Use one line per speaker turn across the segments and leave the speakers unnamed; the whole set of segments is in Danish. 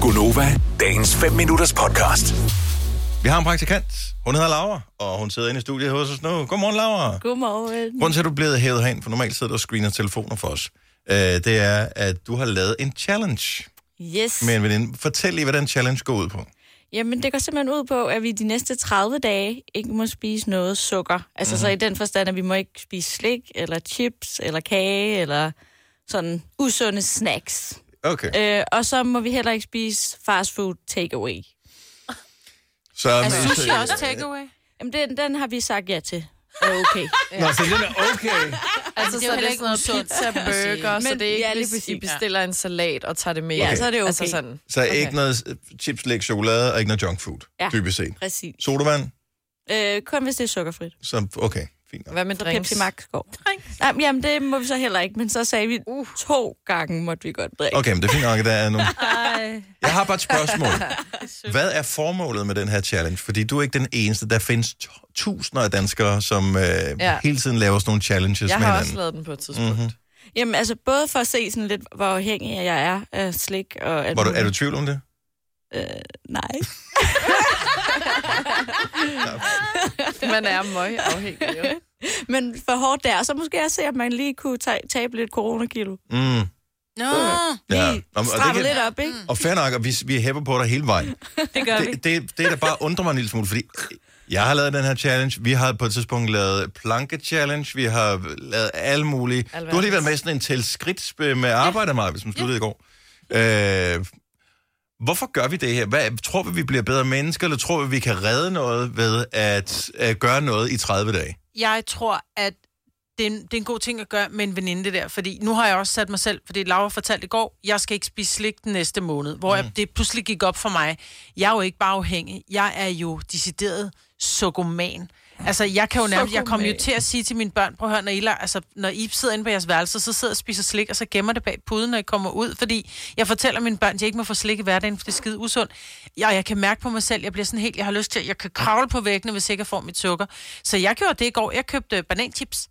Gunova, dagens 5 minutters podcast.
Vi har en praktikant. Hun hedder Laura, og hun sidder inde i studiet hos os nu. Godmorgen, Laura.
Godmorgen.
Grunden til, at du er blevet hævet herind, for normalt sidder du og screener telefoner for os, øh, det er, at du har lavet en challenge
Yes.
med
Men...
en veninde. Fortæl lige, hvad den challenge går ud på.
Jamen, det går simpelthen ud på, at vi de næste 30 dage ikke må spise noget sukker. Altså mm-hmm. så i den forstand, at vi må ikke spise slik, eller chips, eller kage, eller sådan usunde snacks.
Okay.
Øh, og så må vi heller ikke spise fast food takeaway.
Så, altså,
Sushi også takeaway.
Jamen, den, den har vi sagt ja til. Er okay.
Nå, så den er okay.
Altså,
det er jo heller ikke noget sundt.
pizza, burger, så
Men-
det er ikke,
ja,
ja,
lige
hvis I
præcis.
bestiller en salat og tager det med.
Ja,
hjem.
så er det
Altså
okay.
sådan.
så okay. ikke noget øh, chips, læg, chokolade og ikke noget junk food, ja.
Ja.
dybest set.
Præcis.
Sodavand,
Øh, kun hvis det er sukkerfrit.
så okay, fint nok.
Hvad med
Så
drinks?
Pepsi Max går. Jamen, jamen, det må vi så heller ikke, men så sagde vi, uh. to gange måtte vi godt drikke.
Okay, men det er fint nok, at der er nogle... Jeg har bare et spørgsmål. Hvad er formålet med den her challenge? Fordi du er ikke den eneste. Der findes tu- tusinder af danskere, som øh, ja.
Ja.
hele tiden laver sådan nogle challenges
Jeg
med
har
hinanden. Mhm.
også lavet den på et tidspunkt. Mm-hmm.
Jamen altså både for at se sådan lidt, hvor afhængig jeg er af slik og... At
Var du, er du i tvivl om det?
Nej.
Mhm.
Man er møg afhængig. Jo.
Men for hårdt der, så måske jeg se, at man lige kunne ta- tabe lidt coronakilo.
Mm.
Nå,
Ja.
Lige
Nå, men- og det
stramme
kan-
lidt op, ikke?
Og fair nok, og vi, vi hæpper på dig hele vejen.
Det gør vi.
Det, det, det der bare undrer mig en lille smule, fordi jeg har lavet den her challenge, vi har på et tidspunkt lavet planke-challenge, vi har lavet alle mulige. Du har lige været med i sådan en til skridt med arbejde meget, hvis man sluttede i går. Øh, hvorfor gør vi det her? Hvad, tror vi, vi bliver bedre mennesker, eller tror vi, vi kan redde noget ved at øh, gøre noget i 30 dage?
jeg tror, at det er, en, det er en god ting at gøre med en veninde det der, fordi nu har jeg også sat mig selv, fordi Laura fortalte i går, jeg skal ikke spise slik den næste måned, hvor mm. jeg, det pludselig gik op for mig. Jeg er jo ikke bare afhængig, jeg er jo decideret sokoman. Altså, jeg kan jo nærmest, jeg kommer jo til at sige til mine børn, prøv at høre, når I, la- altså, når I sidder inde på jeres værelse, så sidder jeg og spiser slik, og så gemmer det bag puden, når I kommer ud, fordi jeg fortæller mine børn, at jeg ikke må få slik i hverdagen, for det er skide usundt. Jeg, jeg kan mærke på mig selv, jeg bliver sådan helt, jeg har lyst til, jeg kan kravle på væggene, hvis ikke jeg får mit sukker. Så jeg gjorde det i går, jeg købte bananchips.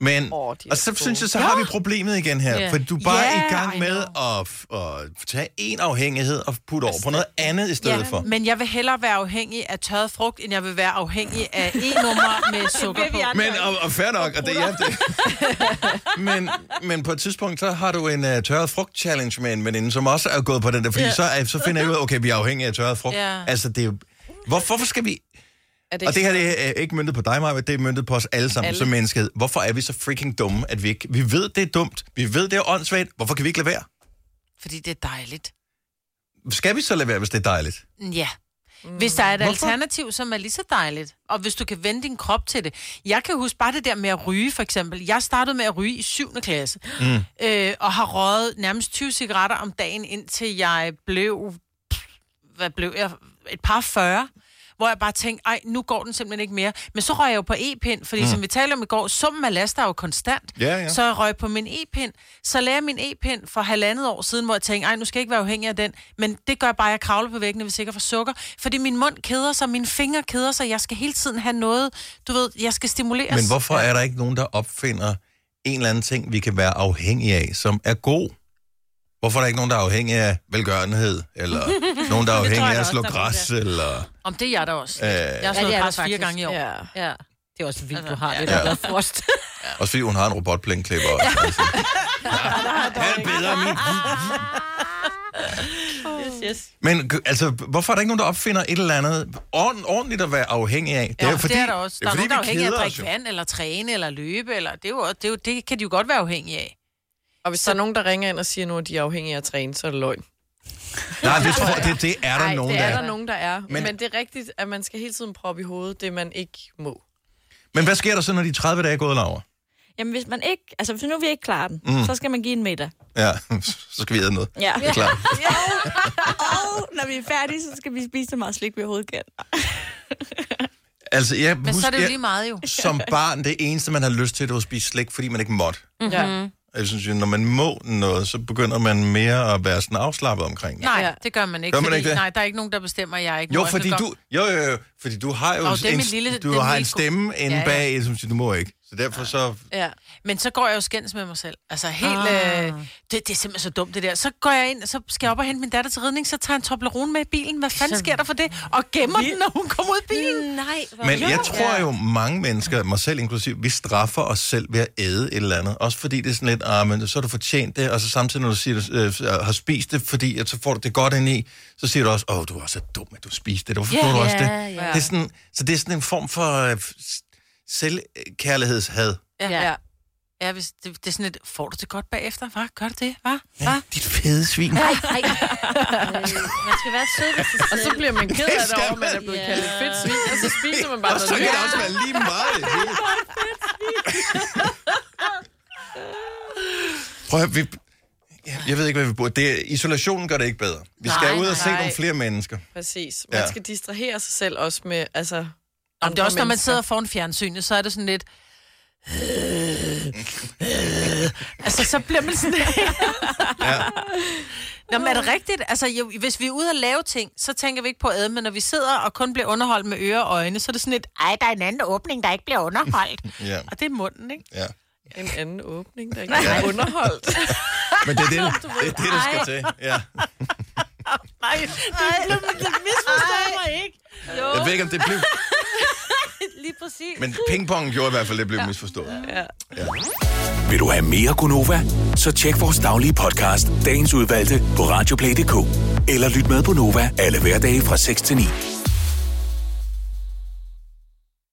Men,
Åh, de er
og så
gode.
synes jeg, så har vi problemet igen her, yeah. for du er bare
Ja,
i gang
I
med at, at tage en afhængighed og putte over på noget andet i stedet for.
Men jeg vil hellere være afhængig af tørret frugt, end jeg vil være afhængig af e-nummer med sukker på.
Men, og, og fair nok, og det er det. men, men på et tidspunkt, så har du en uh, tørret frugt-challenge med en veninde, som også er gået på den der, fordi yeah. så, er- så finder jeg ud af, okay, vi er afhængige af tørret frugt.
Ja.
Altså, det er jo... Hvor, hvorfor skal vi...
Er det
Og det
ikke-
her det er ikke myndet på dig, Maja, det er myndet på os alle sammen alle. som menneskehed. Hvorfor er vi så freaking dumme, at vi ikke... Vi ved, det er dumt. Vi ved, det er åndssvagt. Hvorfor kan vi ikke lade være?
Fordi det er dejligt.
Skal vi så lade være, hvis det er dejligt?
Ja. Hvis der er et
Hvorfor?
alternativ, som er lige så dejligt, og hvis du kan vende din krop til det. Jeg kan huske bare det der med at ryge, for eksempel. Jeg startede med at ryge i 7. klasse, mm. øh, og har røget nærmest 20 cigaretter om dagen, indtil jeg blev, hvad blev jeg, et par 40 hvor jeg bare tænkte, ej, nu går den simpelthen ikke mere. Men så røg jeg jo på e-pind, fordi mm. som vi talte om i går, summen af laster er jo konstant.
Ja, ja.
Så jeg røg på min e-pind. Så lagde jeg min e-pind for halvandet år siden, hvor jeg tænkte, ej, nu skal jeg ikke være afhængig af den. Men det gør bare, at jeg kravler på væggene, hvis jeg ikke får sukker. Fordi min mund keder sig, mine fingre keder sig, jeg skal hele tiden have noget, du ved, jeg skal stimuleres.
Men hvorfor er der ikke nogen, der opfinder en eller anden ting, vi kan være afhængige af, som er god? Hvorfor er der ikke nogen, der er afhængige af velgørenhed? Eller nogen, der er afhængige af at slå græs? Eller,
Om det er jeg da også.
øh,
Jeg har
Ja,
slået
det er
ja,
der
græs fire
faktisk.
gange i år. Ja.
Ja.
ja.
Det er også vildt,
du har det,
der har
været frost.
også fordi hun har en robotplænklipper. Altså. Han er bedre end min.
Yes, yes.
Men g- altså, hvorfor er der ikke nogen, der opfinder et eller andet ord- ordentligt at være afhængig af?
Det er,
jo
fordi, det er der også. Der
det
er, nogen, der er
vi
afhængig af at
keder os
drikke
jo.
vand, eller træne, eller løbe. Eller, det, er jo, også- det, er jo, det kan de jo godt være afhængige af.
Og hvis der er nogen, der ringer ind og siger nu, at de er afhængige af at træne, så er det løgn.
Nej, det, tror, jeg- det, det er der
Nej,
nogen,
det
der
er
er.
der nogen, der er.
Men-
Men... Men det er rigtigt, at man skal hele tiden proppe i hovedet det, man ikke må.
Men hvad sker der så, når de 30 dage er gået, Laura?
Jamen hvis man ikke, altså hvis nu vi ikke klarer den, mm. så skal man give en middag.
Ja, så skal vi æde noget.
Ja.
Det er klart.
Og når vi er færdige, så skal vi spise så meget slik, vi overhovedet kan.
Altså, jeg
Men så er det jo
jeg-
lige meget jo.
som barn, det eneste, man har lyst til, det var at spise slik, fordi man ikke måtte.
Mm-hmm. Ja.
Jeg synes jo, når man må noget, så begynder man mere at være sådan afslappet omkring det.
Nej,
Ja.
det gør man ikke.
Gør man
fordi,
ikke det?
Nej, der er ikke nogen, der bestemmer, at jeg ikke
Jo,
må. Jeg kan
fordi
godt-
du, jo, jo, jo, Fordi du har jo
Nå,
Nå,
det er
en,
min lille-
lille, du
det er
har
min
en
ko-
stemme inde
Ja,
ja,
ja.
ja. bag, som siger, du må ikke. Så derfor så...
Ja.
Men så går jeg jo skændes med mig selv. Altså helt...
Ah.
Ah. Øh, det, det er simpelthen så dumt, det der. Så går jeg ind, og så skal jeg op og hente min datter til ridning, så tager jeg en Toblerone med i bilen. Hvad fanden sker der for det? Og gemmer den, når hun kommer ud af bilen.
Nej, hvor
Men jeg tror jo, mange mennesker, mig selv inklusiv, vi straffer os selv ved at æde et eller andet. Også fordi det er sådan lidt, ah, men så har du fortjent det, og så samtidig, når du siger, du øh, har spist det, fordi at så får du det godt ind i, så siger du også, åh, oh, du er så dum, at du spiste det. Hvorfor
Ja,
yeah, gjorde du også det?
ja, ja.
det er sådan, så det er sådan en form for øh, s- selvkærlighedshad.
Ja.
ja. ja hvis det, det, er sådan lidt, får du det godt bagefter? Hvad? Gør du det? Hvad? Hvad?
Ja, dit fede svin.
Nej, nej. Øh, man skal være sød ved sig selv.
Og så bliver man ked af
Det
det
skal
over, at man er blevet
man.
kaldt et fedt svin, og så spiser man bare
og så
noget
kan det
nyt.
også være lige meget. det hele. Prøv at, høre, vi... ja, Jeg ved ikke, hvad vi burde. Det, er- isolationen gør det ikke bedre. Vi skal
Nej,
ud og se
nej.
nogle flere mennesker.
Præcis. Man
Ja.
skal distrahere sig selv også med, altså...
Om det er
andre
også, når man
mennesker.
sidder foran fjernsynet, så er det sådan lidt... "Øh, altså, så bliver man sådan...
Ja.
Nå, men er det rigtigt? Altså, jo, hvis vi er ude og lave ting, så tænker vi ikke på ad, men når vi sidder og kun bliver underholdt med ører og øjne, så er det sådan lidt, ej, der er en anden åbning, der ikke bliver underholdt.
Ja,
og det er munden, ikke?
ja.
En anden åbning, der ikke er underholdt.
Men det er det, det, er det der skal til. Ja.
Nej, det, det misforstår mig ikke.
Jeg ved ikke, om det blev...
Lige præcis.
Men pingpong gjorde i hvert fald, det blev misforstået. Ja. ja.
Vil du have mere Gunova? Så tjek vores daglige podcast, dagens udvalgte, på radioplay.dk. Eller lyt med på Nova alle hverdage fra 6 til 9.